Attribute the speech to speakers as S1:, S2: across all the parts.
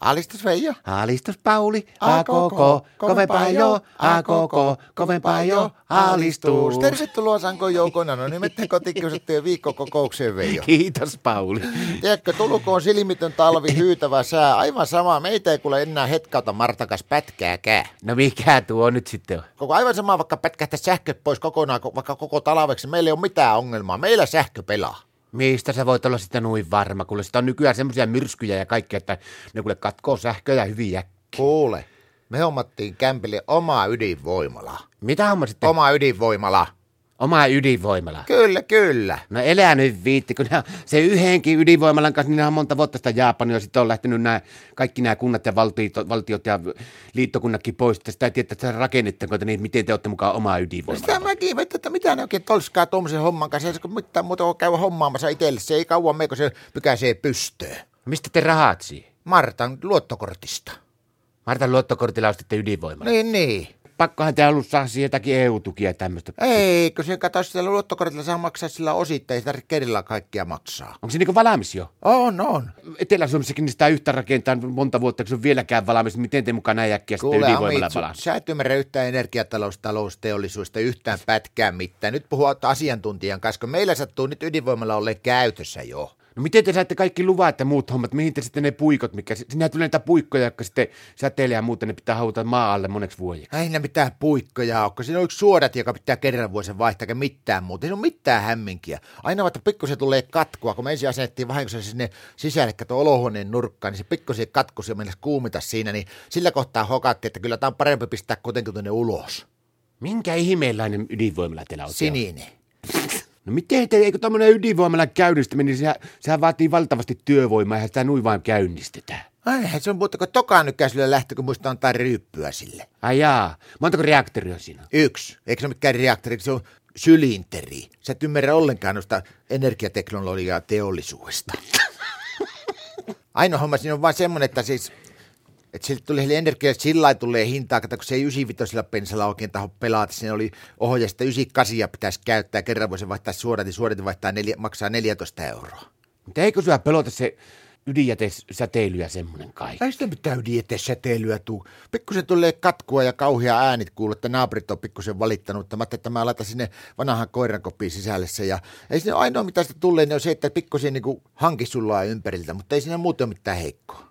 S1: Alistus Veijo.
S2: Alistus Pauli, a koko, kovempaa jo, a koko, kovempaa jo, alistus.
S1: Tervetuloa Sanko Joukona, no nimettä kotikiusattujen viikkokokoukseen Veijo.
S2: Kiitos Pauli.
S1: Tiedätkö, tulkoon silmitön talvi, hyytävä sää, aivan sama, meitä ei kuule enää hetkauta Martakas pätkääkään.
S2: No mikä tuo nyt sitten on?
S1: Koko aivan sama, vaikka pätkähtä sähkö pois kokonaan, ko- vaikka koko talveksi, meillä ei ole mitään ongelmaa, meillä sähkö pelaa.
S2: Mistä sä voit olla sitä noin varma, kuule sitä on nykyään semmoisia myrskyjä ja kaikkea, että ne kuule katkoo sähköjä hyvin äkkiä.
S1: Kuule, me hommattiin kämpille oma ydinvoimala.
S2: Mitä homma sitten?
S1: Oma ydinvoimala.
S2: Oma ydinvoimala.
S1: Kyllä, kyllä.
S2: No elää nyt viitti, kun nää, se yhdenkin ydinvoimalan kanssa, niin nää on monta vuotta sitä Japania, ja sitten on lähtenyt nämä, kaikki nämä kunnat ja valtiot, valtiot ja liittokunnatkin pois, että sitä ei tiedä, että rakennetteko, niin miten te olette mukaan omaa
S1: No Sitä
S2: ydinvoimalaa.
S1: mäkin mietin, että mitä ne oikein tolskaa tuommoisen homman kanssa, eikä mitään muuta kuin käydä hommaamassa itselle. Se ei kauan mene, kun se pykäisee pystöön.
S2: Mistä te rahat siihen?
S1: Martan luottokortista.
S2: Martan luottokortilla ostitte ydinvoimalla.
S1: Niin, niin.
S2: No, Pakkohan te halusi saada siihen jotakin EU-tukia ja tämmöistä.
S1: Eikö sen kato sillä luottokortilla saa maksaa sillä osittain, ei sitä kerralla kaikkia maksaa.
S2: Onko se niinku valmis jo?
S1: On, on.
S2: Etelä-Suomessakin niin sitä yhtä rakentaa monta vuotta, kun se on vieläkään valmis. Miten te mukaan näin äkkiä sitten ydinvoimalla
S1: Amitsu,
S2: valmis?
S1: sä et ymmärrä yhtään energiatalous, talousteollisuudesta yhtään pätkää mitään. Nyt puhua asiantuntijan kanssa, kun meillä sattuu nyt ydinvoimalla olleen käytössä jo.
S2: No miten te saatte kaikki luvat ja muut hommat, mihin te sitten ne puikot, mikä, sinä tulee näitä puikkoja, jotka sitten säteilee ja muuten ne pitää hauta maa alle moneksi vuodeksi.
S1: Ei ne mitään puikkoja ole, kun siinä on yksi suodat, joka pitää kerran vuosien vaihtaa, eikä mitään muuta. Ei ole mitään hämminkiä. Aina vaikka pikkusen tulee katkoa, kun me ensin asennettiin vahingossa sinne sisälle, kato olohuoneen nurkkaan, niin se pikkusen katkosi ja mennä kuumita siinä, niin sillä kohtaa hokattiin, että kyllä tämä on parempi pistää kuitenkin tuonne ulos.
S2: Minkä ihmeelläinen ydinvoimala teillä on? siellä?
S1: Sininen.
S2: No miten te, eikö tämmöinen ydinvoimala käynnistäminen, niin sehän, sehän vaatii valtavasti työvoimaa, ja sitä nuin vain käynnistetään.
S1: Ai, se on muuta kuin tokaan nykäisyllä lähtö, kun muista antaa ryyppyä sille.
S2: Ai jaa, montako reaktoria siinä on?
S1: Yksi. Eikö se ole mikään reaktori, se on sylinteri. Sä et ymmärrä ollenkaan noista energiateknologiaa teollisuudesta. Ainoa homma siinä on vaan semmoinen, että siis että sille tuli sille energialle sillä lailla tulee hintaa, kato, kun se ei 95 pensalla oikein taho pelata. Siinä oli ohje, että 98 pitäisi käyttää. Kerran voisi vaihtaa suorat ja suorat vaihtaa neljä, maksaa 14 euroa.
S2: Mutta eikö syö pelota se ydinjätesäteily ja semmoinen kaikki?
S1: Ei sitä mitään ydinjätesäteilyä tuu. Pikkusen tulee katkua ja kauhia äänit kuuluu, että naapurit on pikkusen valittanut. että Mä ajattelin, että mä laitan sinne vanhan koirankopiin sisälle se. Ja ei sinne ainoa mitä sitä tulee, niin on se, että pikkusen niinku hanki sullaa ympäriltä, mutta ei siinä muuten ole mitään heikkoa.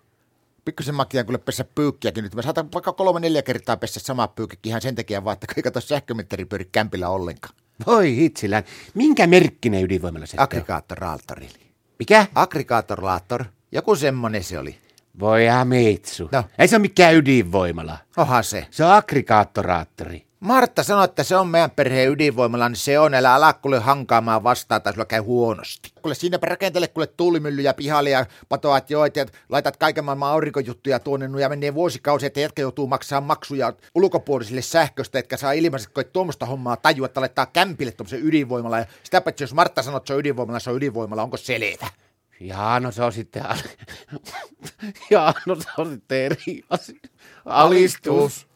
S1: Pikkusen makia kyllä pessä pyykkiäkin nyt. Mä saatan vaikka kolme neljä kertaa pessä sama pyykkikin ihan sen takia vaan, että kun ei kato sähkömittari pyöri kämpillä ollenkaan.
S2: Voi hitsillään, minkä merkkinen ydinvoimala se sitten on?
S1: Aggregaattoraaltorilla.
S2: Mikä?
S1: Aggregaattorlaattor. Joku semmonen se oli.
S2: Voi hamitsu.
S1: No.
S2: Ei se ole mikään ydinvoimala.
S1: Oha se.
S2: Se on aggregaattoraattori.
S1: Martta sanoi, että se on meidän perheen ydinvoimalla, niin se on. Älä ala kuule hankaamaan vastaan, tai sulla käy huonosti. Kuule siinäpä rakentele kuule tuulimyllyjä pihalle ja patoat joet ja laitat kaiken maailman aurinkojuttuja tuonne no ja menee vuosikausia, että jätkä joutuu maksaa maksuja ulkopuolisille sähköstä, etkä saa ilmaiset, kun et tuommoista hommaa tajua, että laittaa kämpille tuommoisen ydinvoimalla. Ja sitä paitsi, jos Martta sanoo, että se on ydinvoimalla, se on ydinvoimalla, onko selvä?
S2: Jaa, no se on sitten... Jaa, no se on sitten eri asia. Alistus.